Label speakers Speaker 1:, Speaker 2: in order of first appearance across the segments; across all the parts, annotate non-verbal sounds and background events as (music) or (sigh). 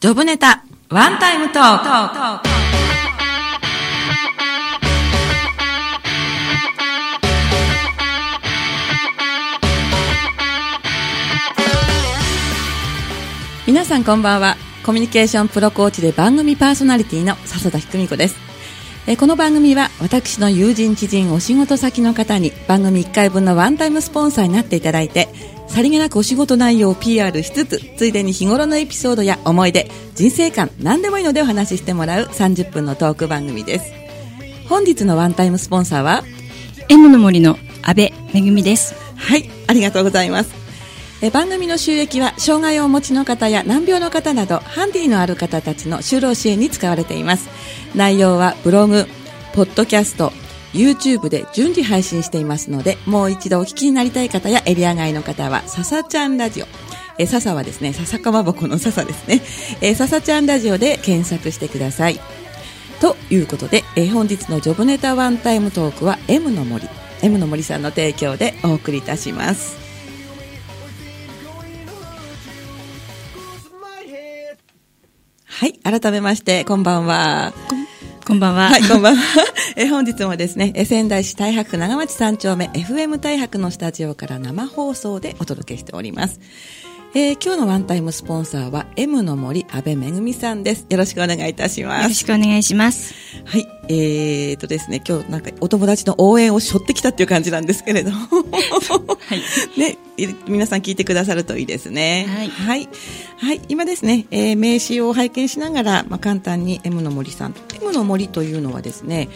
Speaker 1: ジョブネタ、ワンタイムトーク。皆さんこんばんは。コミュニケーションプロコーチで番組パーソナリティの笹田ひくみ子です。えーこの番組は私の友人知人お仕事先の方に番組1回分のワンタイムスポンサーになっていただいてさりげなくお仕事内容を PR しつつついでに日頃のエピソードや思い出人生観何でもいいのでお話ししてもらう30分のトーク番組です本日のワンタイムスポンサーは
Speaker 2: M の森の安倍めぐみです。
Speaker 1: はい、ありがとうございます。え番組の収益は障害をお持ちの方や難病の方などハンディのある方たちの就労支援に使われています内容はブログポッドキャスト YouTube で順次配信していますのでもう一度お聞きになりたい方やエリア外の方は「ささちゃんラジオ」えささはですね笹かまぼこの笹ですねえささちゃんラジオで検索してくださいということで、えー本日のジョブネタワンタイムトークは M の森 M の森さんの提供でお送りいたしますはい改めましてこんばんは
Speaker 2: こんばんは。
Speaker 1: はい、こんばんは。 (laughs) えー本日もですね、えー仙台市太白区長町三丁目 FM 太白のスタジオから生放送でお届けしております。えー今日のワンタイムスポンサーは M の森安倍めぐみさんです。よろしくお願いいたしま
Speaker 2: よろ
Speaker 1: す。
Speaker 2: しくお願いします。
Speaker 1: はい、えーとですね、今日なんかお友達の応援を背負ってきたっていう感じなんですけれども。
Speaker 2: はい。
Speaker 1: ね、い皆さん聞いてくださるといいですね。
Speaker 2: はい
Speaker 1: はい。はい今ですね、えー名刺を拝見しながら、まあ、簡単に M の森さん。M の森というのはですね、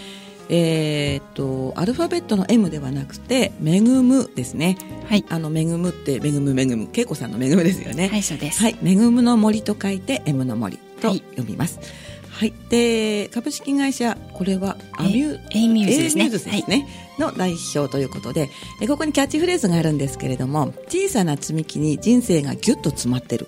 Speaker 1: えーっと、アルファベットの M ではなくて、めぐむですね。
Speaker 2: はい。
Speaker 1: あの、めぐむって、めぐむめぐむ、けいこさんのめぐむですよね。
Speaker 2: はい、そうです。
Speaker 1: はい、めぐむの森と書いて M の森と
Speaker 2: はい
Speaker 1: 読みます。はい、で株式会社これはアミュ
Speaker 2: えエイミューズですね
Speaker 1: A ミューズですねの代表ということでえここにキャッチフレーズがあるんですけれども小さな積み木に人生がギュッと詰まってる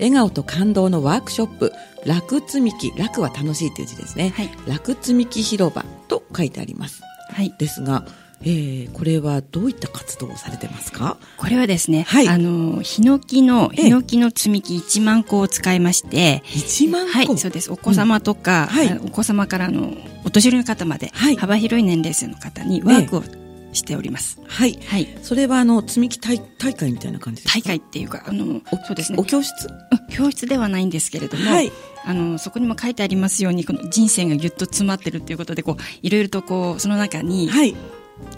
Speaker 1: 笑顔と感動のワークショップ楽積み木楽は楽しいという字ですね、
Speaker 2: はい
Speaker 1: 楽積み木広場と書いてあります
Speaker 2: はい。
Speaker 1: ですが、えーこれはどういった活動をされてますか
Speaker 2: これはですね、
Speaker 1: はい
Speaker 2: あの、ヒノキの、
Speaker 1: ええ
Speaker 2: ヒノキの積み木1万個を使いまして、
Speaker 1: 1万個、
Speaker 2: はい、そうです。お子様とか、
Speaker 1: はい
Speaker 2: あのお子様からあの、お年寄りの方まで、
Speaker 1: はい
Speaker 2: 幅広い年齢層の方にワークをしております。
Speaker 1: はい
Speaker 2: はい。
Speaker 1: それはあの積み木大大会みたいな感じですか
Speaker 2: 大会っていうか、あの、そうですね
Speaker 1: お、教室
Speaker 2: うん教室ではないんですけれども、
Speaker 1: はい
Speaker 2: あのそこにも書いてありますようにこの人生がぎゅっと詰まってるっていうことでこういろいろとこうその中に
Speaker 1: はい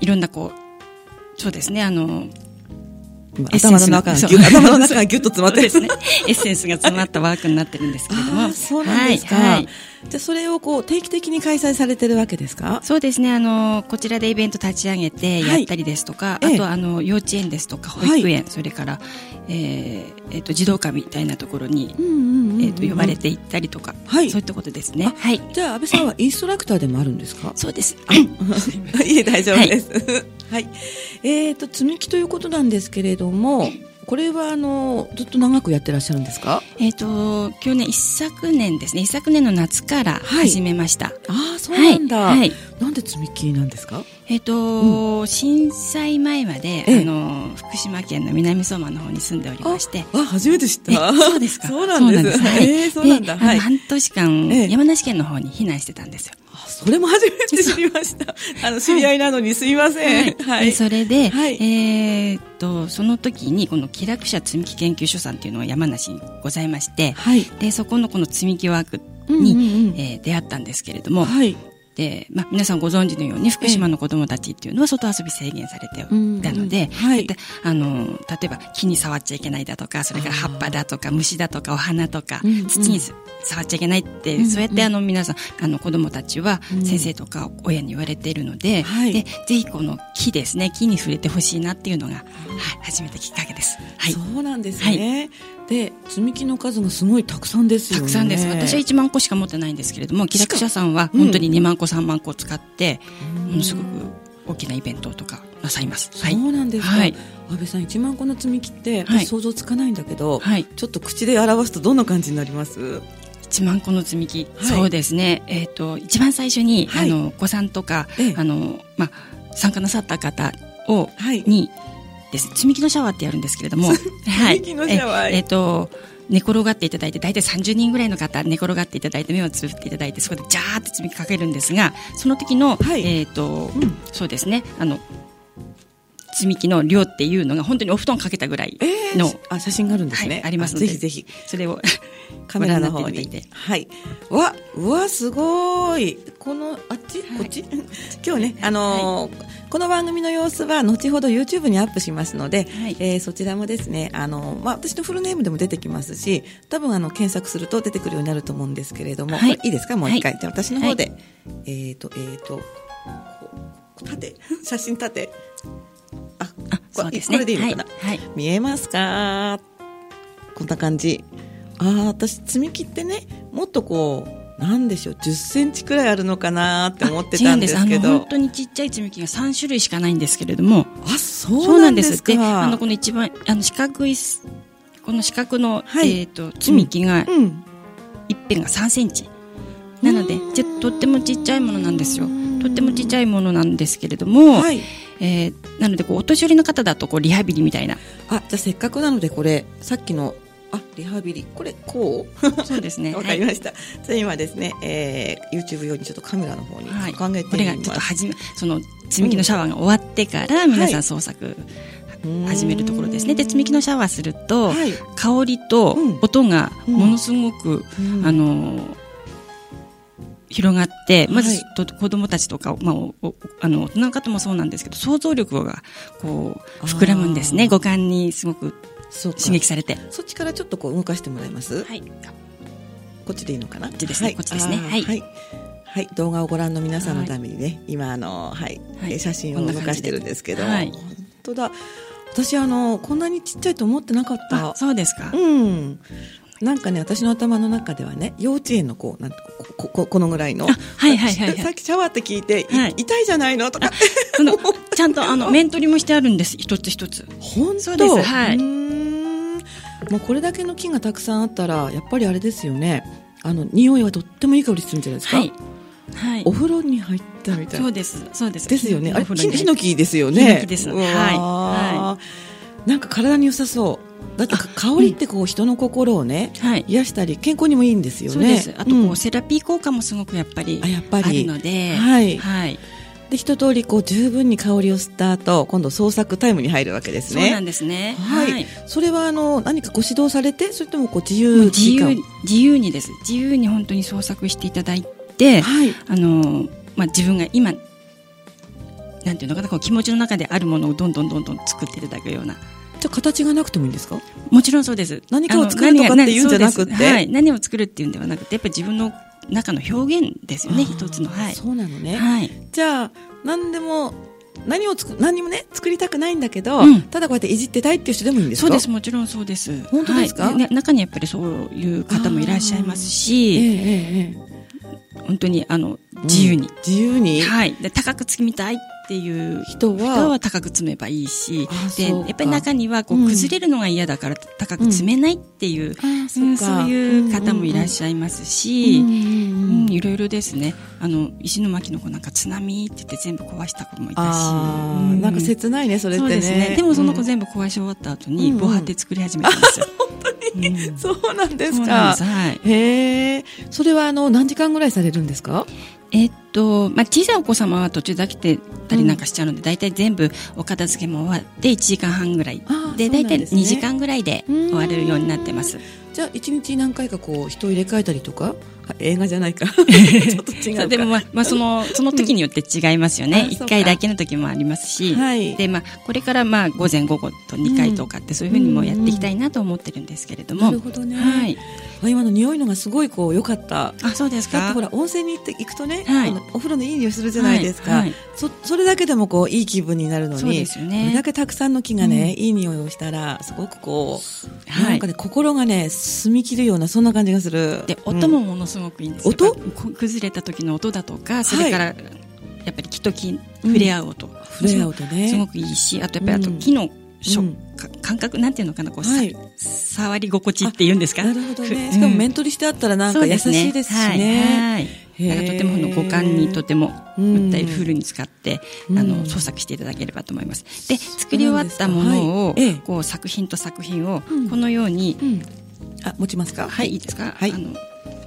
Speaker 2: いろんなこうそうですねあのエッセ
Speaker 1: 頭
Speaker 2: ン
Speaker 1: の
Speaker 2: スの
Speaker 1: 中が
Speaker 2: そう
Speaker 1: ぎゅ頭の中 (laughs) がギュッと詰まってる
Speaker 2: そうですねエッセンスが詰まったワークになってるんですけれども
Speaker 1: ああそうなんですか、
Speaker 2: はいはい
Speaker 1: じゃあそれをこう定期的に開催されてるわけですか
Speaker 2: そうですねあのこちらでイベント立ち上げて
Speaker 1: は
Speaker 2: や
Speaker 1: い
Speaker 2: ったりですとか、
Speaker 1: ええ
Speaker 2: あとはあの幼稚園ですとか保育園、それから、えーえっと児童館みたいなところに、
Speaker 1: うんうん
Speaker 2: えっと呼ばれていったりとか、
Speaker 1: はい
Speaker 2: そういったことですね
Speaker 1: あ
Speaker 2: はい
Speaker 1: じゃあ安倍さんはインストラクターでもあるんですか
Speaker 2: そうです
Speaker 1: (laughs) いえ、大丈夫です。 (laughs) はい。えっ、と、積み木ということなんですけれども、これは、あの、ずっと長くやってらっしゃるんですか
Speaker 2: えっ、と、去年、一昨年ですね、一昨年の夏から
Speaker 1: はい
Speaker 2: 始めました。
Speaker 1: ああ、そうなんだ、
Speaker 2: はい。はい
Speaker 1: なんで積み木なんですか
Speaker 2: えっ、と、震災前ま
Speaker 1: え
Speaker 2: で、
Speaker 1: え
Speaker 2: あの、福島県の南相馬の方に住んでおりまして、
Speaker 1: あ、初めて知っ
Speaker 2: え
Speaker 1: た。
Speaker 2: そうです
Speaker 1: (laughs)
Speaker 2: か。
Speaker 1: そうなんです。
Speaker 2: はい
Speaker 1: えーそうなんだ。
Speaker 2: であの
Speaker 1: はい。
Speaker 2: 半年間、
Speaker 1: ええ
Speaker 2: 山梨県の方に避難してたんですよ。
Speaker 1: あそれも初めて知りました。あの、知り合いなのにすいません。は
Speaker 2: で
Speaker 1: い。
Speaker 2: それで、
Speaker 1: はい
Speaker 2: えーっと、その時に、この気楽者積み木研究所さんっていうのが山梨にございまして、
Speaker 1: はい。
Speaker 2: で、そこのこの積み木ワークに、
Speaker 1: に、
Speaker 2: えー出会ったんですけれども、
Speaker 1: はい。
Speaker 2: で、まあ、皆さんご存知のように福島の子供たちっていうのは外遊び制限されていたので、
Speaker 1: はい。
Speaker 2: であの例えば木に触っちゃいけないだとかそれから葉っぱだとか虫だとかお花とか、
Speaker 1: うんうん
Speaker 2: 土に触っちゃいけないって、
Speaker 1: うんうん
Speaker 2: そうやってあの皆さんあの子供たちは
Speaker 1: うん
Speaker 2: 先生とか親に言われているので,、
Speaker 1: はい
Speaker 2: でぜひこの木ですね木に触れてほしいなっていうのが、はい、初めてきっかけです。はい
Speaker 1: そうなんですね。で、積み木の数がすごいたくさんですよ
Speaker 2: た
Speaker 1: ね。
Speaker 2: くさんです。私は1万個しか持ってないんですけれども、気楽者さんは
Speaker 1: うん
Speaker 2: 本当に2万個、3万個使って、
Speaker 1: うん
Speaker 2: ものすごく大きなイベントとかなさいます。は
Speaker 1: そ
Speaker 2: い。
Speaker 1: うなんですか。
Speaker 2: はい
Speaker 1: 安倍さん、1万個の積み木って、
Speaker 2: はい
Speaker 1: 私想像つかないんだけど、
Speaker 2: はい。
Speaker 1: ちょっと口で表すとどんな感じになります
Speaker 2: 1万個の積み木。
Speaker 1: はい
Speaker 2: そうですね。えっ、と、一番最初に、
Speaker 1: はい
Speaker 2: あの、お子さんとか、
Speaker 1: ええ
Speaker 2: あの、まあ、参加なさった方を、
Speaker 1: はい。
Speaker 2: に、です積み木のシャワーってやるんですけれ
Speaker 1: (laughs)
Speaker 2: どもはい
Speaker 1: 積み木のシャワー
Speaker 2: ええっと寝転がっていただいて大体30人ぐらいの方寝転がっていただいて目をつぶっていただいてそこでジャーって積み木かけるんですがその時の、
Speaker 1: はい
Speaker 2: えっと
Speaker 1: うん
Speaker 2: そうですねあの積み木の量っていうのが本当にお布団かけたぐらい
Speaker 1: えー
Speaker 2: の、
Speaker 1: あ写真があるんですね、
Speaker 2: はいありますので
Speaker 1: ぜひぜひ
Speaker 2: それを
Speaker 1: (laughs) カメラの方
Speaker 2: ご覧になってい
Speaker 1: に
Speaker 2: ただいて
Speaker 1: はいわうわすごいこのあっち、
Speaker 2: はい
Speaker 1: こっち (laughs) 今日ねあのーこの番組の様子は後ほど YouTube にアップしますので、
Speaker 2: はい
Speaker 1: えーそちらもですねあのー、まあ、私のフルネームでも出てきますし多分あの検索すると出てくるようになると思うんですけれども、
Speaker 2: はい
Speaker 1: これいいですかもう一回、
Speaker 2: は
Speaker 1: じゃあ私の方で、えっ、とえっ、とこ縦写真縦あ
Speaker 2: あ
Speaker 1: こ
Speaker 2: そうですね
Speaker 1: これでいいのかな、
Speaker 2: はいはい
Speaker 1: 見えますかこんな感じああ私積み木ってねもっとこうなんでしょう1 0ンチくらいあるのかなって思って
Speaker 2: あ違
Speaker 1: た
Speaker 2: うん
Speaker 1: ですけ
Speaker 2: あの
Speaker 1: ど
Speaker 2: 本当にちっちゃい積み木が3種類しかないんですけれども
Speaker 1: あそ
Speaker 2: そう
Speaker 1: うな
Speaker 2: なん
Speaker 1: ん
Speaker 2: で
Speaker 1: ですすか
Speaker 2: あのこの一番あの四角いすこの四角の、
Speaker 1: はい
Speaker 2: えっと積み木が、
Speaker 1: うん
Speaker 2: 一辺が3センチなので
Speaker 1: うん
Speaker 2: じゃとってもちっちゃいものなんですよ
Speaker 1: うん
Speaker 2: とってもちっちゃいものなんですけれども、
Speaker 1: はい
Speaker 2: えーなのでこうお年寄りの方だとこうリハビリみたいな
Speaker 1: あじゃあせっかくなのでこれさっきのあリハビリこれこう
Speaker 2: そうですね
Speaker 1: (laughs) わ
Speaker 2: は
Speaker 1: かり
Speaker 2: い
Speaker 1: ました、じゃあ今ですね、えー、YouTube 用にちょっとカメラの方に
Speaker 2: はい
Speaker 1: 掲げてみます、
Speaker 2: これがちょっと始めその積み木のシャワーが終わってから皆さん創作始めるところですね、で積み木のシャワーすると、
Speaker 1: はい、
Speaker 2: 香りと
Speaker 1: うん
Speaker 2: 音がものすごく、あのー広がってまず、と子供たちとか、まあ、おおあの大人の方もそうなんですけど想像力がこう
Speaker 1: あー
Speaker 2: 膨らむんですね五感にすごく
Speaker 1: そうか
Speaker 2: 刺激されて
Speaker 1: そっちからちょっとこう動かしてもらいます、
Speaker 2: はい
Speaker 1: こっちでいいのかな。こ
Speaker 2: っちですねこっちですねはい
Speaker 1: はい。はい動画をご覧の皆さんのためにね、今あのはい、
Speaker 2: はい
Speaker 1: えー写真
Speaker 2: こん
Speaker 1: を
Speaker 2: な
Speaker 1: 動
Speaker 2: 感じで
Speaker 1: かしてるんですけど、
Speaker 2: はい
Speaker 1: 本当だ。私あのこんなにちっちゃいと思ってなかっ
Speaker 2: あ
Speaker 1: た。
Speaker 2: そうですか、
Speaker 1: うん。なんかね私の頭の中ではね幼稚園のこうなんてここここのぐらいの。
Speaker 2: あはいはいはいはい
Speaker 1: さっきシャワーって聞いて、い
Speaker 2: はい
Speaker 1: 痛いじゃないのとか。
Speaker 2: そのちゃんとあの面取りもしてあるんです一つ一つ
Speaker 1: 本
Speaker 2: そう
Speaker 1: 当
Speaker 2: ですはいう
Speaker 1: ーんもうこれだけの菌がたくさんあったらやっぱりあれですよね。あの匂いはとってもいい香りするんじゃないですか。
Speaker 2: はいはい
Speaker 1: お風呂に入ったみたい
Speaker 2: そ
Speaker 1: な
Speaker 2: う。ですそうです
Speaker 1: ですよね。あれ、
Speaker 2: お風呂
Speaker 1: ヒヒ
Speaker 2: に入って
Speaker 1: ノキですよね。
Speaker 2: ヒノキです
Speaker 1: うわー
Speaker 2: は
Speaker 1: なんか体に良さそう。だってか香りってこう人の心をね、
Speaker 2: はい
Speaker 1: 癒したり健康にもいいんですよね。
Speaker 2: そうですあとこう、
Speaker 1: ん
Speaker 2: セラピー効果もすごくやっぱり
Speaker 1: あやっぱ
Speaker 2: ある
Speaker 1: り。
Speaker 2: ので
Speaker 1: はい
Speaker 2: はい
Speaker 1: で一通りこう十分に香りを吸った後、今度創作タイムに入るわけですね。
Speaker 2: そうなんですね
Speaker 1: はい、
Speaker 2: はい
Speaker 1: それはあの何かご指導されて、それともこう自
Speaker 2: もう
Speaker 1: 由
Speaker 2: 自
Speaker 1: 時間
Speaker 2: 由自由にです自由に本当に創作していただいて、
Speaker 1: はい。
Speaker 2: あのまあ、自分が今なんていうのかなこう気持ちの中であるものをどんどんどんどん作っていただくような
Speaker 1: じゃあ形がなくてもいいんですか。
Speaker 2: もちろんそうです
Speaker 1: 何かを作るとかっていうんじゃなくて
Speaker 2: あの何が何そうですはい、何を作るっていうんではなくてやっぱり自分の中の表現ですよね
Speaker 1: あー
Speaker 2: 一つのはい
Speaker 1: そうなのね。
Speaker 2: はい
Speaker 1: じゃあ何でも何をつく何もね作りたくないんだけど、
Speaker 2: うん
Speaker 1: ただこうやっていじってたいっていう人でもいいんですか
Speaker 2: そうですもちろんそうです
Speaker 1: 本当ですか
Speaker 2: はいね中にやっぱりそういう方もいらっしゃいます
Speaker 1: ええ
Speaker 2: し
Speaker 1: えええ
Speaker 2: 本当にあの
Speaker 1: え
Speaker 2: 自由に
Speaker 1: うん、自由に、
Speaker 2: はい、で高く積みたいっていう
Speaker 1: 人は
Speaker 2: 人は高く積めばいいし
Speaker 1: あ
Speaker 2: で
Speaker 1: そうか
Speaker 2: やっぱり中にはこ
Speaker 1: う
Speaker 2: うん崩れるのが嫌だから高く積めないっていう、
Speaker 1: あ
Speaker 2: うんそういう方もいらっ
Speaker 1: ゃ
Speaker 2: しゃいます
Speaker 1: る
Speaker 2: し、うん
Speaker 1: い
Speaker 2: いろいろですねあの石巻の子なんか津波って言って全部壊した子もいたし。
Speaker 1: あー
Speaker 2: う
Speaker 1: なんか切ないねそれって
Speaker 2: そう
Speaker 1: ね
Speaker 2: ですねでもその子
Speaker 1: うん
Speaker 2: 全部壊し終わった後
Speaker 1: う
Speaker 2: に
Speaker 1: ん
Speaker 2: 防波堤作り始めたん
Speaker 1: (laughs)
Speaker 2: ですよ、うん
Speaker 1: そうなんです
Speaker 2: そうな
Speaker 1: か
Speaker 2: んですはい
Speaker 1: へえそれはあの何時間ぐらいされるんですか
Speaker 2: えっと、まあ、小さいお子様は途中で飽きてたりなんかしちゃうので、大体全部お片付けも終わって1時間半ぐらい
Speaker 1: あー
Speaker 2: で
Speaker 1: そう
Speaker 2: 大
Speaker 1: なんで
Speaker 2: 体
Speaker 1: すね
Speaker 2: 2時間ぐらいで終われるようになってます
Speaker 1: じゃあ一日何回かこう人を入れ替えたりとかあ映画じゃ
Speaker 2: (laughs)
Speaker 1: ないかちょっと違うか
Speaker 2: でも、まあまあ、そのその時によって違いますよ
Speaker 1: うんあ
Speaker 2: ね、
Speaker 1: ー
Speaker 2: 一
Speaker 1: そうか
Speaker 2: 1回だけの時もありますし、
Speaker 1: はい
Speaker 2: でまあ、これからまあ午前午後と2回とかってそういうふうにもやっていきたいなと思ってるんですけれども、
Speaker 1: なるほどね、
Speaker 2: はい、
Speaker 1: あ今の匂いのがすごいこう良かった
Speaker 2: あそうです
Speaker 1: だって
Speaker 2: か
Speaker 1: ほら温泉に行って行くとね、
Speaker 2: はい
Speaker 1: あのお風呂のいい匂いするじゃないですか、
Speaker 2: はいはい
Speaker 1: そそれだけでもこういい気分になるのに
Speaker 2: そうですよね
Speaker 1: これだけたくさんの木がね、いい匂いをしたらすごくこう、
Speaker 2: はい
Speaker 1: なんかね心がね澄み切るようなそんな感じがする
Speaker 2: で
Speaker 1: うん
Speaker 2: 音もものすごくいいんですよ、
Speaker 1: 音
Speaker 2: やっぱこ崩れた時の音だとかそれから、やっぱり木と木触れ合う音、
Speaker 1: 触れ合うとね
Speaker 2: すごくいいしあとやっぱりあと
Speaker 1: うん
Speaker 2: 木の触、
Speaker 1: うん
Speaker 2: か感覚なんていうのかなこう、さ
Speaker 1: はい
Speaker 2: 触り心地っていうんですか
Speaker 1: なるほどね
Speaker 2: ふ
Speaker 1: しかも
Speaker 2: うん
Speaker 1: 面取りしてあったらなん
Speaker 2: そ
Speaker 1: か
Speaker 2: う
Speaker 1: 優
Speaker 2: です
Speaker 1: しいですしね
Speaker 2: はいはい
Speaker 1: へー
Speaker 2: だからとてもこの五感にとても
Speaker 1: うん
Speaker 2: 訴えるフルに使って、
Speaker 1: うん
Speaker 2: あの創作していただければと思います。で作り終わったもの
Speaker 1: そうなん
Speaker 2: を、
Speaker 1: ですかはいええ
Speaker 2: こう作品と作品を
Speaker 1: うん
Speaker 2: このように、
Speaker 1: うん、あ持ちますか、
Speaker 2: はいいいですか、
Speaker 1: はい
Speaker 2: あの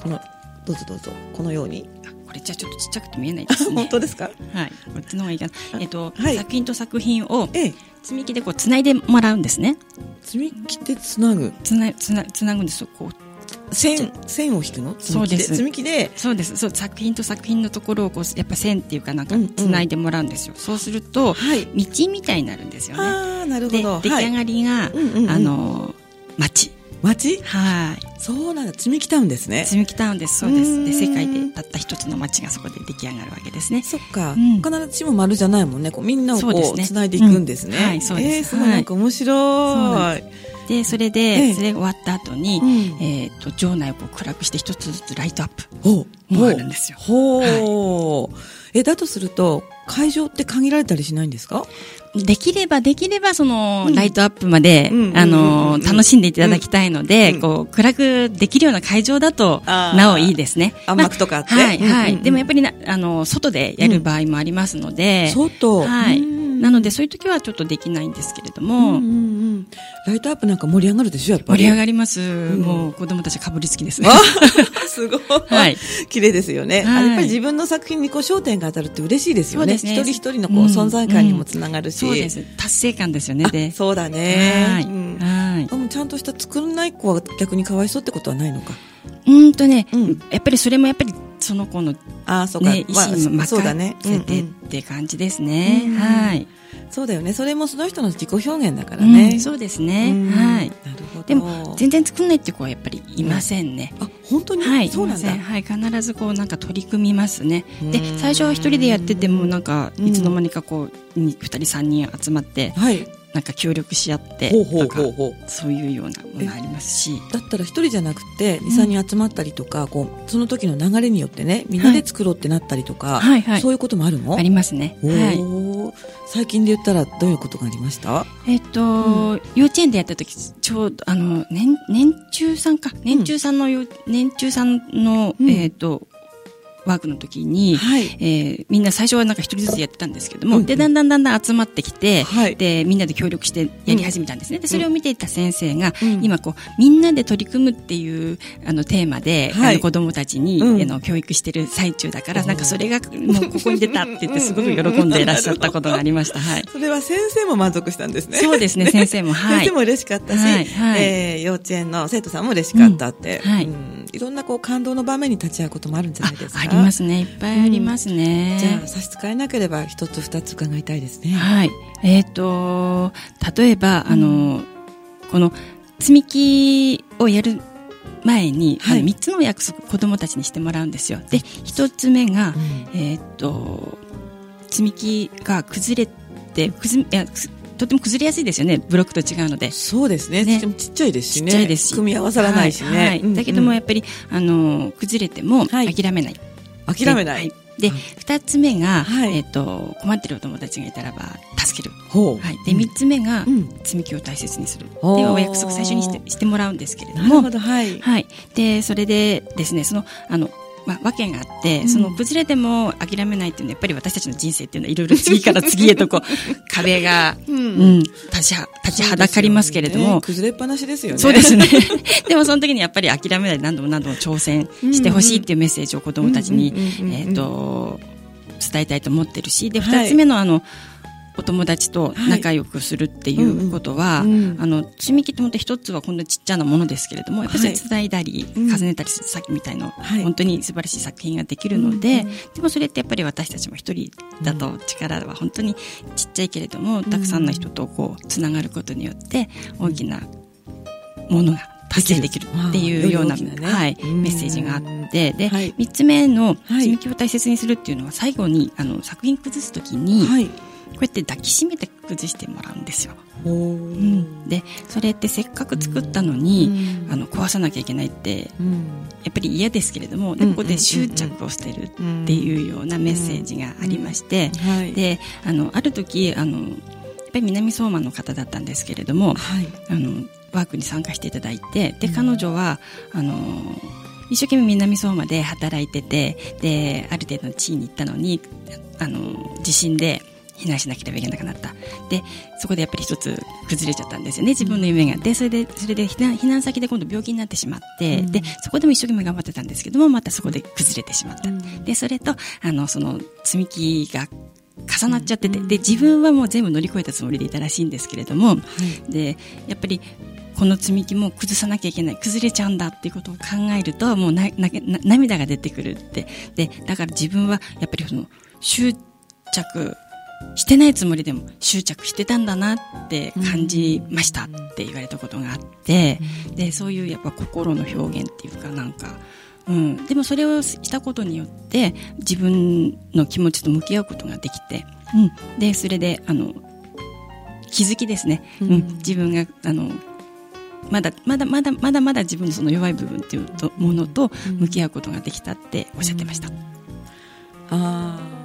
Speaker 1: このどうぞどうぞこのように、
Speaker 2: あこれじゃあちょっとちっちゃくて見えないです
Speaker 1: (laughs)
Speaker 2: ね。
Speaker 1: 本当ですか
Speaker 2: はい、こっちの方がいいかな。えっと、
Speaker 1: はい
Speaker 2: 作品と作品を
Speaker 1: ええ
Speaker 2: 積み木でこう繋いでもらうんですね。
Speaker 1: 積み木でつなぐ
Speaker 2: つなつなつなぐんですよ。こう
Speaker 1: 線線を引くの積み木
Speaker 2: そうです
Speaker 1: 積み木で
Speaker 2: そうです。そう作品と作品のところをこうやっぱ線っていうかなんか
Speaker 1: うんうん
Speaker 2: 繋いでもらうんですよ。そうすると
Speaker 1: はい
Speaker 2: 道みたいになるんですよね。
Speaker 1: ああなるほ
Speaker 2: で
Speaker 1: ど
Speaker 2: 出来上
Speaker 1: はい
Speaker 2: がりが、
Speaker 1: うんうんうん
Speaker 2: あの町
Speaker 1: 町
Speaker 2: はい
Speaker 1: そうなんだ積み木タウンですね
Speaker 2: 積み木タウンですそうで
Speaker 1: うー
Speaker 2: す
Speaker 1: ん
Speaker 2: で世界でたった一つの町がそこで出来上がるわけですね。
Speaker 1: そっか、
Speaker 2: うん
Speaker 1: 必ずしも丸じゃないもんねこうみんなを
Speaker 2: そうで
Speaker 1: こ
Speaker 2: す
Speaker 1: う
Speaker 2: ね
Speaker 1: つないでいくんですね、
Speaker 2: うんはいそうです
Speaker 1: えー、すごいなんか面白、
Speaker 2: はいでそれで、
Speaker 1: ええ
Speaker 2: それが終わった後に、
Speaker 1: うん
Speaker 2: えっ、と城内をこう暗くして一つずつライトアップ
Speaker 1: ほう
Speaker 2: もあるんですよ
Speaker 1: ほう、えだとすると会場って限られたりしないんですか
Speaker 2: できればできればその、
Speaker 1: うん
Speaker 2: ライトアップまで、
Speaker 1: うん
Speaker 2: あ
Speaker 1: うんう
Speaker 2: の
Speaker 1: んうん
Speaker 2: 楽しんでいただきたいので、
Speaker 1: うん
Speaker 2: こう暗くできるような会場だと
Speaker 1: あー
Speaker 2: なおいいですね。
Speaker 1: 暗
Speaker 2: まあ
Speaker 1: 幕とかあって
Speaker 2: はい
Speaker 1: うんうんうん
Speaker 2: はい、でもやっぱりなあの外でやる場合もありますので、
Speaker 1: 相当
Speaker 2: はい、
Speaker 1: うん
Speaker 2: なのでそういう時はちょっとできないんですけれども、
Speaker 1: うんうんうんライトアップなんか盛り上がるでしょやっぱ
Speaker 2: 盛
Speaker 1: り
Speaker 2: り上がります、
Speaker 1: ん
Speaker 2: もう子供たちかぶりつきですね。
Speaker 1: あ (laughs) すごい、
Speaker 2: はい
Speaker 1: 綺麗ですよね、あ
Speaker 2: はい
Speaker 1: やっぱり自分の作品にこう焦点が当たるって嬉しいですよね
Speaker 2: そうですね
Speaker 1: 一人一人のこう
Speaker 2: うん
Speaker 1: 存在感にもつながるし、
Speaker 2: (laughs) そうです達成感ですよね
Speaker 1: あ
Speaker 2: で
Speaker 1: そうだね
Speaker 2: はい、
Speaker 1: うん
Speaker 2: はい
Speaker 1: でもちゃんとした作んない子は逆にかわいそうってことはないのか
Speaker 2: うーんとね、
Speaker 1: うん
Speaker 2: やっぱりそれもやっぱりその子の
Speaker 1: ああそうか、
Speaker 2: ね、意
Speaker 1: まあ
Speaker 2: 思に任
Speaker 1: そうだね、うんう
Speaker 2: せてっ
Speaker 1: ん
Speaker 2: て感じですね。
Speaker 1: うん
Speaker 2: はい、
Speaker 1: そうだよねそれもその人の自己表現だからね、
Speaker 2: うんそうですね。
Speaker 1: うん
Speaker 2: はい。
Speaker 1: なるほど
Speaker 2: でも全然作んないっていう子はやっぱりいませんね。
Speaker 1: あ本当に、
Speaker 2: はい、
Speaker 1: そうなん
Speaker 2: いま
Speaker 1: だ
Speaker 2: せはい、必ずこうなんか取り組みますね
Speaker 1: うん。
Speaker 2: で、最初は一人でやっててもなんか
Speaker 1: うん
Speaker 2: いつの間にかこうに二人三人集まって
Speaker 1: はい
Speaker 2: なんか協力し合って
Speaker 1: ほうほ
Speaker 2: と
Speaker 1: う
Speaker 2: か
Speaker 1: ほうほう
Speaker 2: そういうようなものありますし、
Speaker 1: だったら一人じゃなくて23人集まったりとか、こうその時の流れによってねみんなで作ろうってなったりとか、
Speaker 2: はいはい
Speaker 1: そういうこともあるの
Speaker 2: ありますね。
Speaker 1: お
Speaker 2: はい。
Speaker 1: ー最近で言ったらどういうことがありました
Speaker 2: えっと、幼稚園でやった時ちょうどあの年年中さんか年中さんのよ、年中さんの、
Speaker 1: うん
Speaker 2: えっとワークの時に、
Speaker 1: はい
Speaker 2: えーみんな最初はなんか一人ずつやってたんですけども、
Speaker 1: うん
Speaker 2: でだんだんだんだん集まってきて、
Speaker 1: はい
Speaker 2: でみんなで協力してやり始めたんですね。でそれを見ていた先生が、
Speaker 1: うん
Speaker 2: 今こうみんなで取り組むっていうあのテーマで、
Speaker 1: はい
Speaker 2: あの子供たちに、
Speaker 1: うん
Speaker 2: あの教育してる最中だから、
Speaker 1: おー
Speaker 2: なんかそれがもうここに出たって言ってすごく喜んでいらっしゃったことがありました。はい。
Speaker 1: それは先生も満足したんですね
Speaker 2: そうですね、先生も。はい。
Speaker 1: 先生も嬉しかったし、
Speaker 2: はいはい
Speaker 1: えー幼稚園の生徒さんも嬉しかったって、
Speaker 2: うんはい
Speaker 1: うんいろんなこう感動の場面に立ち会うこともあるんじゃないですか
Speaker 2: あありますすね。いっぱいありますね。
Speaker 1: じゃあ差し支えなければ一つ二つ伺いたいですね、
Speaker 2: はい。えっ、と、例えば、あの、この積み木をやる前に、
Speaker 1: はい
Speaker 2: あの3つの約束、子供たちにしてもらうんですよ。で、1つ目が、
Speaker 1: うん
Speaker 2: えっ、と、積み木が崩れて、崩いやくとても崩れやすいですよね、ブロックと違うので。
Speaker 1: そうですね
Speaker 2: ね
Speaker 1: でもちっちゃいですし
Speaker 2: ちっ
Speaker 1: ね
Speaker 2: ちゃいですし。
Speaker 1: 組み合わさらないしね、
Speaker 2: ははい
Speaker 1: うんうん
Speaker 2: だけども、やっぱり、あの、崩れても
Speaker 1: はい
Speaker 2: 諦めない。
Speaker 1: 諦めない、
Speaker 2: はいで、二つ目が、
Speaker 1: はい
Speaker 2: えっ、と、困ってるお友達がいたらば、助ける。
Speaker 1: ほう、
Speaker 2: はい。で、三つ目が、
Speaker 1: うん
Speaker 2: 積み木を大切にする。っていう
Speaker 1: おー
Speaker 2: お約束最初にしてしてもらうんですけれど
Speaker 1: なる
Speaker 2: も
Speaker 1: ほ、どはい、
Speaker 2: はい。で、それでですね、その、あの、まあ、訳があって、
Speaker 1: うん
Speaker 2: その崩れても諦めないっていうのはやっぱり私たちの人生っていうのはいろいろ次から次へと
Speaker 1: (laughs)
Speaker 2: こう壁が、
Speaker 1: うん
Speaker 2: うん、立ちは立ちはだかりますけれども、
Speaker 1: そうですよね崩れっぱなしですよね
Speaker 2: そう (laughs) ですね。でもその時にやっぱり諦めないで何度も何度も挑戦してほしいっていうメッセージを子供たちに
Speaker 1: うんうんうんうんうん、
Speaker 2: えっと、伝えたいと思ってるし、で、
Speaker 1: はい
Speaker 2: 二つ目のあの、お友達と仲良くするっていうこと
Speaker 1: は
Speaker 2: は、
Speaker 1: いうんうんうん
Speaker 2: あの、積み木って本当一つはこんなちっちゃなものですけれども、やっぱりそれ
Speaker 1: はい
Speaker 2: 伝えたり、
Speaker 1: うん
Speaker 2: 重ねたりする、さっきみたいな、
Speaker 1: はい
Speaker 2: 本当に素晴らしい作品ができる
Speaker 1: う
Speaker 2: の
Speaker 1: んうん
Speaker 2: で、でもそれってやっぱり私たちも一人だと力は本当にちっちゃいけれども、たくさんの人とこう、つながることによって、大きなものが達成できるっていうような、
Speaker 1: うんより大きなね
Speaker 2: はい、
Speaker 1: うん
Speaker 2: メッセージがあって、で、
Speaker 1: はい
Speaker 2: 3つ目の
Speaker 1: はい
Speaker 2: 積み木を大切にするっていうのは最後にあの作品崩すときに、
Speaker 1: はい
Speaker 2: こうやって抱きしめて崩してもらうんですよ。
Speaker 1: ほう
Speaker 2: うん、で、それってせっかく作ったのに、
Speaker 1: うん
Speaker 2: あの壊さなきゃいけないって、
Speaker 1: うん
Speaker 2: やっぱり嫌ですけれども、
Speaker 1: うん
Speaker 2: でここで執着を捨てるっていうようなメッセージがありまして、
Speaker 1: はい
Speaker 2: で、あの、ある時、あの、やっぱり南相馬の方だったんですけれども、
Speaker 1: はい
Speaker 2: あのワークに参加していただいてで
Speaker 1: うん
Speaker 2: 彼女は、あの一生懸命南相馬で働いててである程度の地位に行ったのにあの地震で避難しなければいけなくなったでそこでやっぱり一つ崩れちゃったんですよね自分の夢がでそれでそれで避難避難先で今度病気になってしまって、
Speaker 1: うん
Speaker 2: でそこでも一生懸命頑張ってたんですけどもまたそこで崩れてしまった、
Speaker 1: うん
Speaker 2: でそれとあのその積み木が重なっちゃってて、で自分はもう全部乗り越えたつもりでいたらしいんですけれども、でやっぱりこの積み木も崩さなきゃいけない崩れちゃうんだっていうことを考えるともうななな涙が出てくるってでだから自分はやっぱりその執着してないつもりでも執着してたんだなって感じましたって言われたことがあって、でそういうやっぱ心の表現っていうかなんか、うん、でもそれをしたことによって自分の気持ちと向き合うことができて、うん、でそれであの気づきですね、
Speaker 1: う
Speaker 2: うんん自分があのまだまだまだまだまだ自分のその弱い部分っていうとものと向き合うことができたっておっしゃってました、
Speaker 1: ああ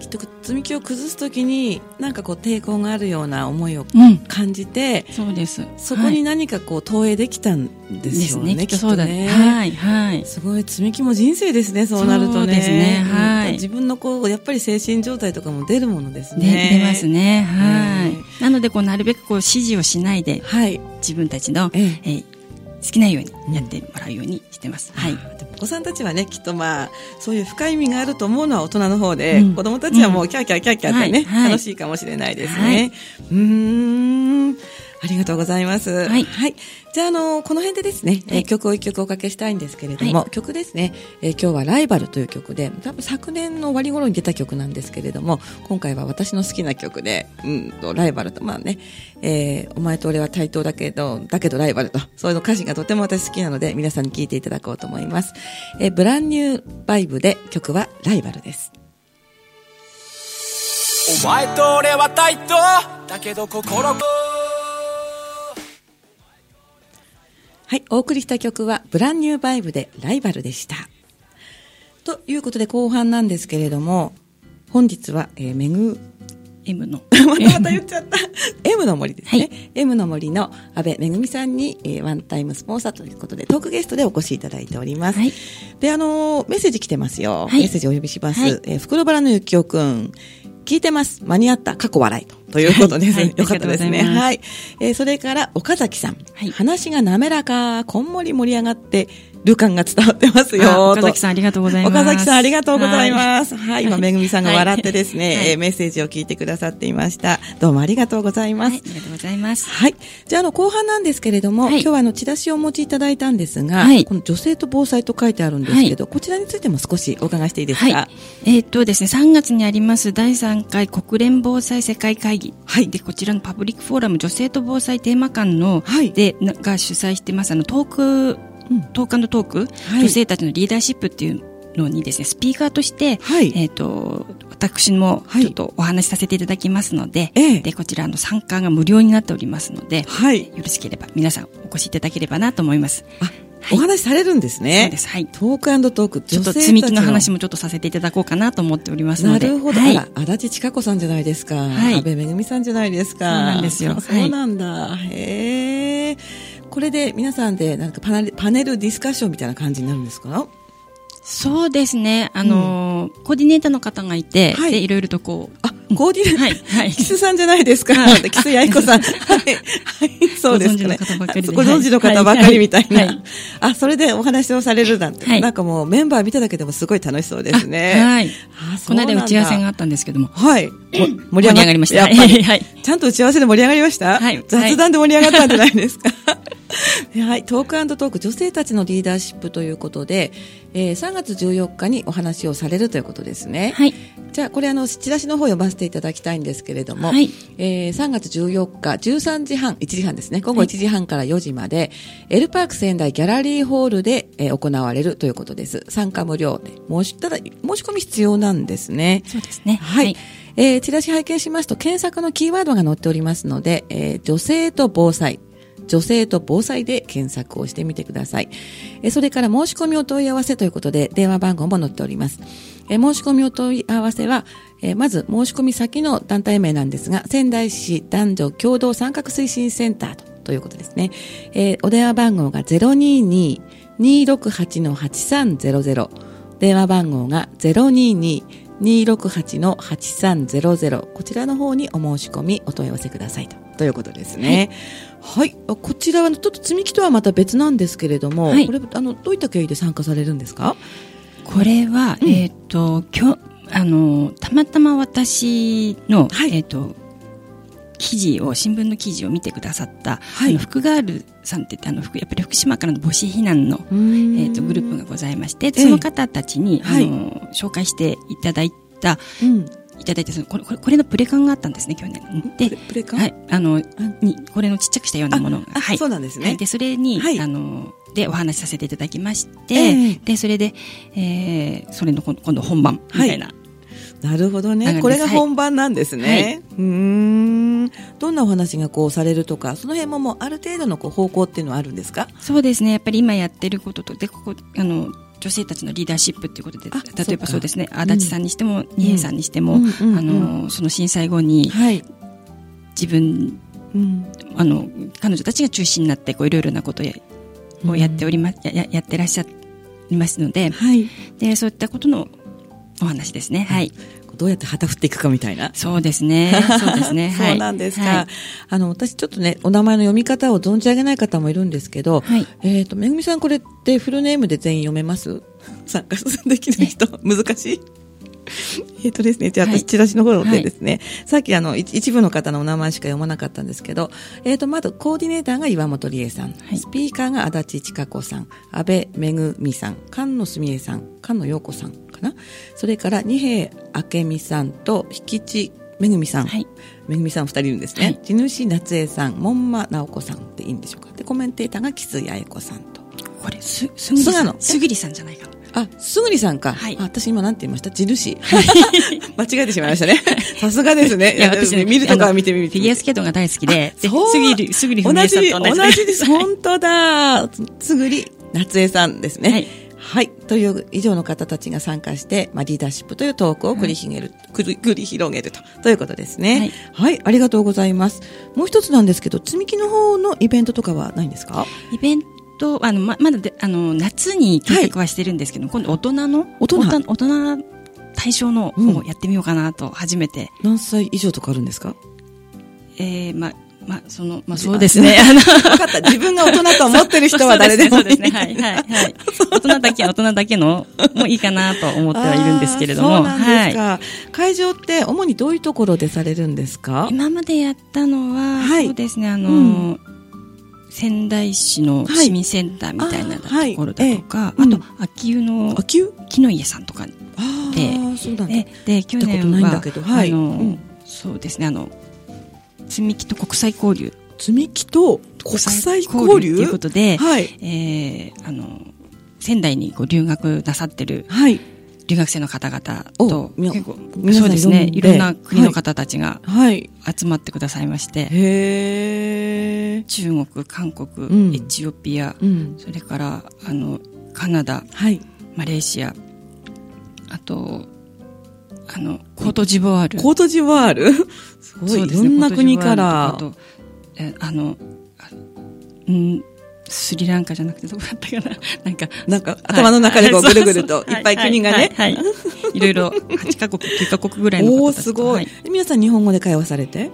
Speaker 1: きっと積み木を崩すときになんかこう抵抗があるような思いを
Speaker 2: うん、
Speaker 1: 感じて
Speaker 2: そうです
Speaker 1: そこに何かこう投影できたん
Speaker 2: で
Speaker 1: です
Speaker 2: す
Speaker 1: よね,、
Speaker 2: ねきっとそうだね
Speaker 1: ね
Speaker 2: はいはい
Speaker 1: すごい積み木も人生ですねそうなるとね
Speaker 2: そうですねはい
Speaker 1: 自分のこうやっぱり精神状態とかも出るものですね
Speaker 2: ね出ますねはい、
Speaker 1: ね
Speaker 2: なのでこうなるべくこう指示をしないで
Speaker 1: はい
Speaker 2: 自分たちの、
Speaker 1: ええ
Speaker 2: えー好きなようにやってもらうようにしてます、はい
Speaker 1: お子さんたちはねきっとまあそういう深い意味があると思うのは大人の方で、
Speaker 2: うん
Speaker 1: 子供たちはもうキャーキャーキャーキャーってね、
Speaker 2: はいはい
Speaker 1: 楽しいかもしれないですね、
Speaker 2: はいう
Speaker 1: ーんありがとうございます。
Speaker 2: はい
Speaker 1: じゃあ、あの、この辺でですね、えー
Speaker 2: はい
Speaker 1: 曲を一曲おかけしたいんですけれども、
Speaker 2: は
Speaker 1: 曲ですね、えー今日はライバルという曲で、多分昨年の終わり頃に出た曲なんですけれども、今回は私の好きな曲で、うんと、ライバルと、まあね、えーお前と俺は対等だけど、だけどライバルと、そういうの歌詞がとても私好きなので、皆さんに聴いていただこうと思います。えーブランニューバイブで曲はライバルです。
Speaker 3: お前と俺は対等だけど心
Speaker 1: はい、お送りした曲は、ブランニューバイブでライバルでした。ということで、後半なんですけれども、本日は、えー、めぐ、(laughs)
Speaker 2: M の (laughs)
Speaker 1: またまた言っちゃった。M (laughs) の森ですね。
Speaker 2: はい
Speaker 1: M の森の安倍めぐみさんに、えーワンタイムスポンサーということで、トークゲストでお越しいただいております。
Speaker 2: はい
Speaker 1: で、あのーメッセージ来てますよ。
Speaker 2: はい
Speaker 1: メッセージお呼びします。
Speaker 2: はい
Speaker 1: えー袋原のゆきおくん。聞いてます。間に合った。過去笑いと。ということです。
Speaker 2: はいはい
Speaker 1: よかったですね。
Speaker 2: ありがとうございます
Speaker 1: はい。えーそれから、岡崎さん。
Speaker 2: はい
Speaker 1: 話が滑らか、こんもり盛り上がって、る感が伝わってますよ。
Speaker 2: あ
Speaker 1: と
Speaker 2: 岡崎さんありがとうございます
Speaker 1: 岡崎さんありがとうございます。はい、今、めぐみさんが笑ってですね、
Speaker 2: はい
Speaker 1: えーメッセージを聞いてくださっていました。どうもありがとうございま
Speaker 2: はい、
Speaker 1: す
Speaker 2: あ。りがとうございます
Speaker 1: はい。じゃあ、あの、後半なんですけれども、
Speaker 2: はい
Speaker 1: 今日はあの、チラシをお持ちいただいたんですが、
Speaker 2: はい
Speaker 1: この女性と防災と書いてあるんですけど、こちらについても少しお伺いしていいですか、
Speaker 2: はい、えーっとですね、3月にあります第3回国連防災世界会議、
Speaker 1: はい
Speaker 2: でこちらのパブリックフォーラム女性と防災テーマ館の、
Speaker 1: はい
Speaker 2: でなが主催してますあのトーク、
Speaker 1: うん
Speaker 2: トークトーク、
Speaker 1: い
Speaker 2: 女性たちのリーダーシップっていうのにですねスピーカーとして、
Speaker 1: はい
Speaker 2: えーっと私も
Speaker 1: はい
Speaker 2: ちょっとお話しさせていただきますので、
Speaker 1: ええ
Speaker 2: でこちらの参加が無料になっておりますので、
Speaker 1: はい
Speaker 2: よろしければ皆さんお越しいただければなと思います。
Speaker 1: あ、お話しされるんですね。
Speaker 2: そうですはい
Speaker 1: トークトーク、
Speaker 2: ちょっと積み木の話もちょっとさせていただこうかなと思っております
Speaker 1: な
Speaker 2: ので。
Speaker 1: るほど。
Speaker 2: は
Speaker 1: あ
Speaker 2: い
Speaker 1: ら、足立千佳子さんじゃないですか。
Speaker 2: はい
Speaker 1: 安倍めぐみさんじゃないですか。
Speaker 2: そうなんですよ
Speaker 1: そうなんだ。へえ。これで皆さんでなんかパネルパネルディスカッションみたいな感じになるんですか
Speaker 2: そうですね。あのーコーディネーターの方がいて、
Speaker 1: はい
Speaker 2: で、いろいろとこう。
Speaker 1: あ、コーディネート、
Speaker 2: はいはい
Speaker 1: キスさんじゃないですか。
Speaker 2: はい
Speaker 1: (laughs) キスやいこ
Speaker 2: (laughs)
Speaker 1: さん。はい。はい、そうですかね。
Speaker 2: ご存知の
Speaker 1: あご存知の方
Speaker 2: 方ばかりで
Speaker 1: ばかりみたいな。
Speaker 2: はいはい
Speaker 1: あ、それでお話をされるなんて、
Speaker 2: はい
Speaker 1: なんかもうメンバー見ただけでもすごい楽しそうですね。
Speaker 2: あはい。
Speaker 1: あそ
Speaker 2: こ
Speaker 1: うな
Speaker 2: の
Speaker 1: んだ
Speaker 2: 間打ち合わせがあったんですけども。
Speaker 1: はい。盛
Speaker 2: 盛り上がりました
Speaker 1: やっぱり
Speaker 2: はいはい
Speaker 1: ちゃんと打ち合わせで盛り上がりました、
Speaker 2: はい
Speaker 1: 雑談で盛り上がったんじゃないですか。はい、トークトーク女性たちのリーダーシップということで、えー3月14日にお話をされるということですね。
Speaker 2: はい。
Speaker 1: じゃあ、これあの、チラシの方読ませていただきたいんですけれども、
Speaker 2: はい
Speaker 1: えー3月14日、13時半、1時半ですね、午後1時半から4時まで、エルパーク仙台ギャラリーホールで、えー行われるということです。参加無料で。申し、ただ、申し込み必要なんですね。
Speaker 2: そうですね。
Speaker 1: はい。えーチラシ拝見しますと、検索のキーワードが載っておりますので、えー女性と防災、女性と防災で検索をしてみてください。えーそれから申し込みお問い合わせということで、電話番号も載っております。えー申し込みお問い合わせは、えーまず申し込み先の団体名なんですが、仙台市男女共同参画推進センターとということですね。えーお電話番号が0 2 2 2 268-8300電話番号が022-268-8300こちらの方にお申し込みお問い合わせくださいとということですね。はい、あこちらはちょっと積み木とはまた別なんですけれども、
Speaker 2: はい
Speaker 1: これあのどういった経緯で参加されるんですか？
Speaker 2: これは、
Speaker 1: うん
Speaker 2: えっ、と今日あのたまたま私の、
Speaker 1: はい
Speaker 2: えっ、と記事を新聞の記事を見てくださった、
Speaker 1: い
Speaker 2: あの福ガールさんって言ってあの福やっぱり福島からの母子避難の、
Speaker 1: え
Speaker 2: え
Speaker 1: ー
Speaker 2: っとグループがございまして
Speaker 1: ええ
Speaker 2: その方たちに、
Speaker 1: はい
Speaker 2: あの紹介していただいた
Speaker 1: うん、
Speaker 2: いただいてそのこれこれこれのプレカンがあったんですね去年
Speaker 1: プ
Speaker 2: で
Speaker 1: レ、プレカン
Speaker 2: はい、あのにこれのちっちゃくしたようなものが
Speaker 1: あ
Speaker 2: はい
Speaker 1: そうなんですね。
Speaker 2: はい、でそれに、
Speaker 1: はい
Speaker 2: あのでお話しさせていただきまして、
Speaker 1: ええ
Speaker 2: でそれで、えーそれの今今度本番みたいな、
Speaker 1: なるほど
Speaker 2: なの
Speaker 1: ね。
Speaker 2: で
Speaker 1: これが
Speaker 2: はい
Speaker 1: 本番なんですね。うーん。どんなお話がこうされるとか、その辺ももうある程度のこう方向っていうのはあるんですか？
Speaker 2: そうですねやっぱり今やってることとでここあの女性たちのリーダーシップということで
Speaker 1: あ
Speaker 2: 例えば
Speaker 1: そか
Speaker 2: そううですね足立さんにしても二瓶、さんにしても、
Speaker 1: うんうんうん
Speaker 2: あのその震災後に
Speaker 1: はい。
Speaker 2: 自分
Speaker 1: うん。
Speaker 2: あの彼女たちが中心になってこういろいろなことをやをやっておりまやややってらっしゃいますので
Speaker 1: はい。
Speaker 2: でそういったことのお話ですねはい
Speaker 1: どうやって旗振っていくかみたいな。
Speaker 2: そうですねそうで
Speaker 1: (laughs)
Speaker 2: すねはい
Speaker 1: そうなんですか、
Speaker 2: はい
Speaker 1: あの、私ちょっとね、お名前の読み方を存じ上げない方もいるんですけど、
Speaker 2: はい
Speaker 1: えっ、と、めぐみさんこれってフルネームで全員読めます
Speaker 2: (laughs)
Speaker 1: 参加できない人、 (laughs) 難しい。えっとですね、じゃあ
Speaker 2: はい
Speaker 1: 私、チラシの方でですね、さっきあの、い一部の方のお名前しか読まなかったんですけど、えっ、と、まずコーディネーターが岩本理恵さん、
Speaker 2: い
Speaker 1: スピーカーが足立千佳子さん、安倍めぐみさん、菅野すみえさん、菅野陽子さんかな。それから二瓶明美さんと引地めぐみさん、
Speaker 2: はい
Speaker 1: めぐみさん二人いるんです
Speaker 2: は
Speaker 1: ね
Speaker 2: い。
Speaker 1: 地主夏江さん、門馬直子さんっていいんでしょうか。で、コメンテーターが木津八重子さんと。
Speaker 2: これすすぐりさ
Speaker 1: 菅野
Speaker 2: んすぐりさんじゃないかな
Speaker 1: あ、すぐりさんか。
Speaker 2: はい
Speaker 1: あ私今なん (laughs) て言いました地主。 (laughs) 間違えてしまいましたね。さすがですね。
Speaker 2: いや私ね
Speaker 1: 見るとかは見てみ
Speaker 2: フ
Speaker 1: て。
Speaker 2: ィギュアスケートが大好きでで
Speaker 1: そう
Speaker 2: すぐりすぐり
Speaker 1: 同
Speaker 2: ふみえ
Speaker 1: じ
Speaker 2: さんと同じ
Speaker 1: 同じ
Speaker 2: (laughs)
Speaker 1: です。
Speaker 2: はい
Speaker 1: 本当だ。すぐり夏江さんですね。は
Speaker 2: はいい。
Speaker 1: という以上の方たちが参加して、まあ、リーダーシップというトークを繰り広げる、繰り繰り広げるとということですね、はい。ありがとうございます。もう一つなんですけど、積み木の方のイベントとかはないんですか
Speaker 2: イベントあのままだであの夏に計画はしてるんですけど、今度大人の
Speaker 1: 大人
Speaker 2: 大大人対象の
Speaker 1: うん
Speaker 2: をやってみようかなと初めて、
Speaker 1: 何歳以上とかあるんですか
Speaker 2: えー、ままそのまあ
Speaker 1: そう
Speaker 2: そうですね
Speaker 1: (laughs)
Speaker 2: あの
Speaker 1: 分かった。自分が大人と思ってる人は誰でもいい。
Speaker 2: (laughs) そうですね。そうですねはい、はい、
Speaker 1: (laughs)
Speaker 2: はい。大人だけは大人だけの、もういいかなと思ってはいるんですけれど
Speaker 1: あー
Speaker 2: も。
Speaker 1: そうなんです
Speaker 2: は
Speaker 1: か、会場って主にどういうところでされるんですか
Speaker 2: い。今までやったのは、
Speaker 1: はい
Speaker 2: そうですね、あの、
Speaker 1: う
Speaker 2: 仙台市の市民センターみたいな
Speaker 1: あー
Speaker 2: と
Speaker 1: はい
Speaker 2: ころだとか、あ,、
Speaker 1: ええうん
Speaker 2: と、秋湯の
Speaker 1: 秋湯
Speaker 2: 木の家さんとかで、
Speaker 1: ああ、そうなんだ。
Speaker 2: で、去
Speaker 1: ったこと
Speaker 2: 年
Speaker 1: ないんだ
Speaker 2: は
Speaker 1: けど、はい
Speaker 2: あの、
Speaker 1: うん
Speaker 2: そうですね、あの、積み木と国際交流。
Speaker 1: 積み木と国際交流
Speaker 2: ということで、
Speaker 1: はい。
Speaker 2: えーあの、仙台にご留学なさってる
Speaker 1: はい。
Speaker 2: 留学生の方々
Speaker 1: お
Speaker 2: と
Speaker 1: み
Speaker 2: 結構
Speaker 1: 皆さ
Speaker 2: そ
Speaker 1: ん
Speaker 2: うですね
Speaker 1: い
Speaker 2: い
Speaker 1: ろ
Speaker 2: ろ
Speaker 1: んなん
Speaker 2: な国
Speaker 1: は
Speaker 2: の
Speaker 1: い
Speaker 2: 方たちが
Speaker 1: はい。
Speaker 2: 集まってくださいまして、
Speaker 1: へえ。
Speaker 2: 中国韓国、
Speaker 1: うん
Speaker 2: エチオピア、
Speaker 1: うん。
Speaker 2: それからあのカナダ
Speaker 1: はい。
Speaker 2: マレーシアあとあのコートジボワール
Speaker 1: コートジボワールすご
Speaker 2: そう
Speaker 1: い、い
Speaker 2: で
Speaker 1: ろ
Speaker 2: すね
Speaker 1: んな
Speaker 2: コート
Speaker 1: 国
Speaker 2: ジボ
Speaker 1: か
Speaker 2: ワールと
Speaker 1: ら
Speaker 2: あ。とえあのあうんスリランカじゃなくてどこだったかな (laughs) なんか
Speaker 1: なんか、頭の中でこうぐるぐると、いっぱい国がね。
Speaker 2: はいはいはいいろいろ8カ国9カ国ぐらいの方たちと
Speaker 1: おおすご。
Speaker 2: はい
Speaker 1: 皆さん日本語で会話されて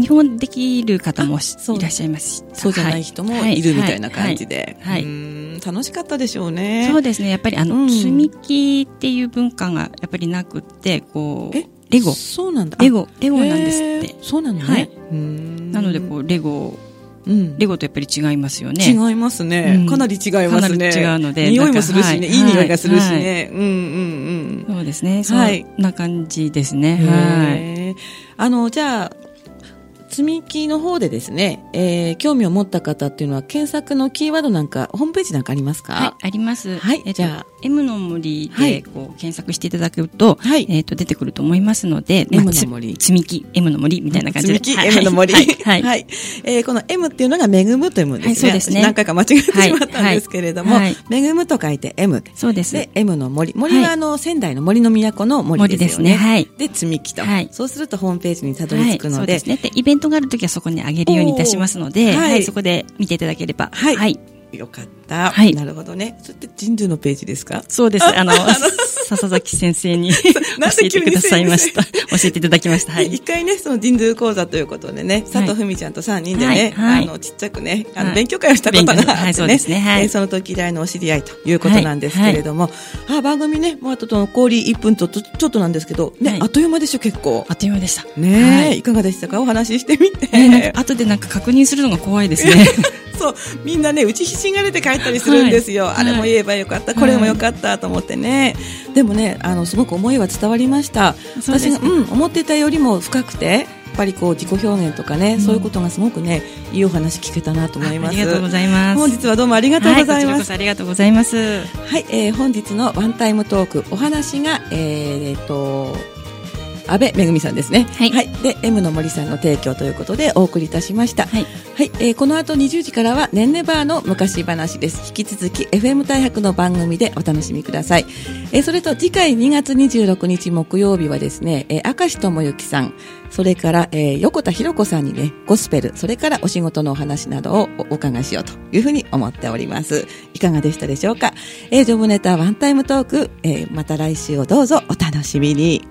Speaker 2: 日本語できる方もし
Speaker 1: あそう
Speaker 2: いらっしゃいますした
Speaker 1: そうじゃない人もいるみたいな感じ
Speaker 2: はい
Speaker 1: で。
Speaker 2: はいはいう
Speaker 1: ーん楽しかったでしょう
Speaker 2: はい
Speaker 1: ね。
Speaker 2: そうですねやっぱりあの、
Speaker 1: うん
Speaker 2: 積み木っていう文化がやっぱりなくってこう
Speaker 1: え
Speaker 2: レゴ
Speaker 1: そうなんだ。
Speaker 2: レゴレゴなんですって
Speaker 1: へーそうなのね。
Speaker 2: はいう
Speaker 1: ーん
Speaker 2: なのでこうレゴ
Speaker 1: うん、
Speaker 2: レゴとやっぱり違いますよね
Speaker 1: 違いますね、
Speaker 2: うん
Speaker 1: かなり違いますね。
Speaker 2: かなり違うので
Speaker 1: 匂いもするしね。い
Speaker 2: なんかはい
Speaker 1: い匂いがするしね。うんうんうん。
Speaker 2: そうですねそ
Speaker 1: はい
Speaker 2: んな感じですねはい
Speaker 1: へーあの、じゃあ、積み木の方でですね、えー興味を持った方っていうのは検索のキーワードなんか、ホームページなんかありますか
Speaker 2: はい、あります。
Speaker 1: はい
Speaker 2: えっと
Speaker 1: じゃあ
Speaker 2: M の森
Speaker 1: はい
Speaker 2: でこう検索していただくと、
Speaker 1: はい
Speaker 2: えっと出てくると思いますので、
Speaker 1: M の
Speaker 2: つ
Speaker 1: 森
Speaker 2: 積み木 M の森みたいな感じで、
Speaker 1: 積み木、
Speaker 2: はい
Speaker 1: M の森。
Speaker 2: は
Speaker 1: はいい。
Speaker 2: はいはい
Speaker 1: えーこの M っていうのがめぐむというものですね。
Speaker 2: はいそうですね
Speaker 1: 私何回か間違えてしまったんですけれども、
Speaker 2: はいはい
Speaker 1: めぐむと書いて M。
Speaker 2: そうです。
Speaker 1: で、M の森。森
Speaker 2: は
Speaker 1: はいあの、仙台の森の都の森ですよね。
Speaker 2: 森ですねはい
Speaker 1: で、積み木と、
Speaker 2: はい
Speaker 1: そうするとホームページにたどり着く
Speaker 2: はい、そ
Speaker 1: の
Speaker 2: う
Speaker 1: で、
Speaker 2: ですね。で、イベントがあるときはそこにあげるようにいたしますの
Speaker 1: お
Speaker 2: で、
Speaker 1: ーは
Speaker 2: はいい、そこで見ていただければ。
Speaker 1: はい
Speaker 2: はい。
Speaker 1: よかった。
Speaker 2: はい
Speaker 1: なるほどね。それって神宮のページですか
Speaker 2: そうです。あの、笹崎先生 (laughs) に教
Speaker 1: なんで
Speaker 2: えて
Speaker 1: 急に
Speaker 2: くださいました。
Speaker 1: 先
Speaker 2: 教えていただきました。は
Speaker 1: で
Speaker 2: い
Speaker 1: 一。回ね、その神宮講座ということでね、佐藤文ちゃんと3人でね、
Speaker 2: はいはい
Speaker 1: あの、ちっちゃくね、あ
Speaker 2: は
Speaker 1: の、
Speaker 2: い
Speaker 1: 勉強会をしたことがあって
Speaker 2: 勉強
Speaker 1: ね、
Speaker 2: はいそうですねはい
Speaker 1: えーその時以来のお知り合いということなんですけれども、あ、番組ね、もうあと残り1分とちょちょっとなんですけど、ね、
Speaker 2: はい
Speaker 1: あっという間でしょ、結構
Speaker 2: (laughs) あ。っという間でした。
Speaker 1: ねえ、い、かがでしたかお話ししてみて。
Speaker 2: はい。ねなんか後でなんか確認するのが怖いです (laughs) ね。
Speaker 1: そう、みんなね、打ちひしがれて帰ったりするんですよ。
Speaker 2: はい
Speaker 1: あれも言えばよかった、これもよかったと思ってね。でもね、あの、すごく思いは伝わりました。
Speaker 2: そうです
Speaker 1: 私が、うん、思ってたよりも深くて、やっぱりこう、自己表現とかね、
Speaker 2: ん
Speaker 1: そういうことがすごくね、いいお話聞けたなと思い
Speaker 2: (laughs) あ
Speaker 1: ます。
Speaker 2: りがとうございます。
Speaker 1: 本日はどうもありがとうござい
Speaker 2: はこちら
Speaker 1: ま
Speaker 2: こ
Speaker 1: す。
Speaker 2: そありがとうございます。
Speaker 1: はい、えー本日のワンタイムトーク、お話が、えー、えーと、安倍めぐみさんですね。
Speaker 2: はい
Speaker 1: で、M の森さんの提供ということでお送りいたしました。
Speaker 2: はい。
Speaker 1: はい、えーこの後20時からはねんねバーの昔話です。引き続き FM 大白の番組でお楽しみください。えーそれと次回2月26日木曜日はですね、えー、明石智之さん、それから、えー横田博子さんにね、ゴスペル、それからお仕事のお話などをおお伺いしようというふうに思っております。いかがでしたでしょうかえージョブネタワンタイムトーク、えーまた来週をどうぞお楽しみに。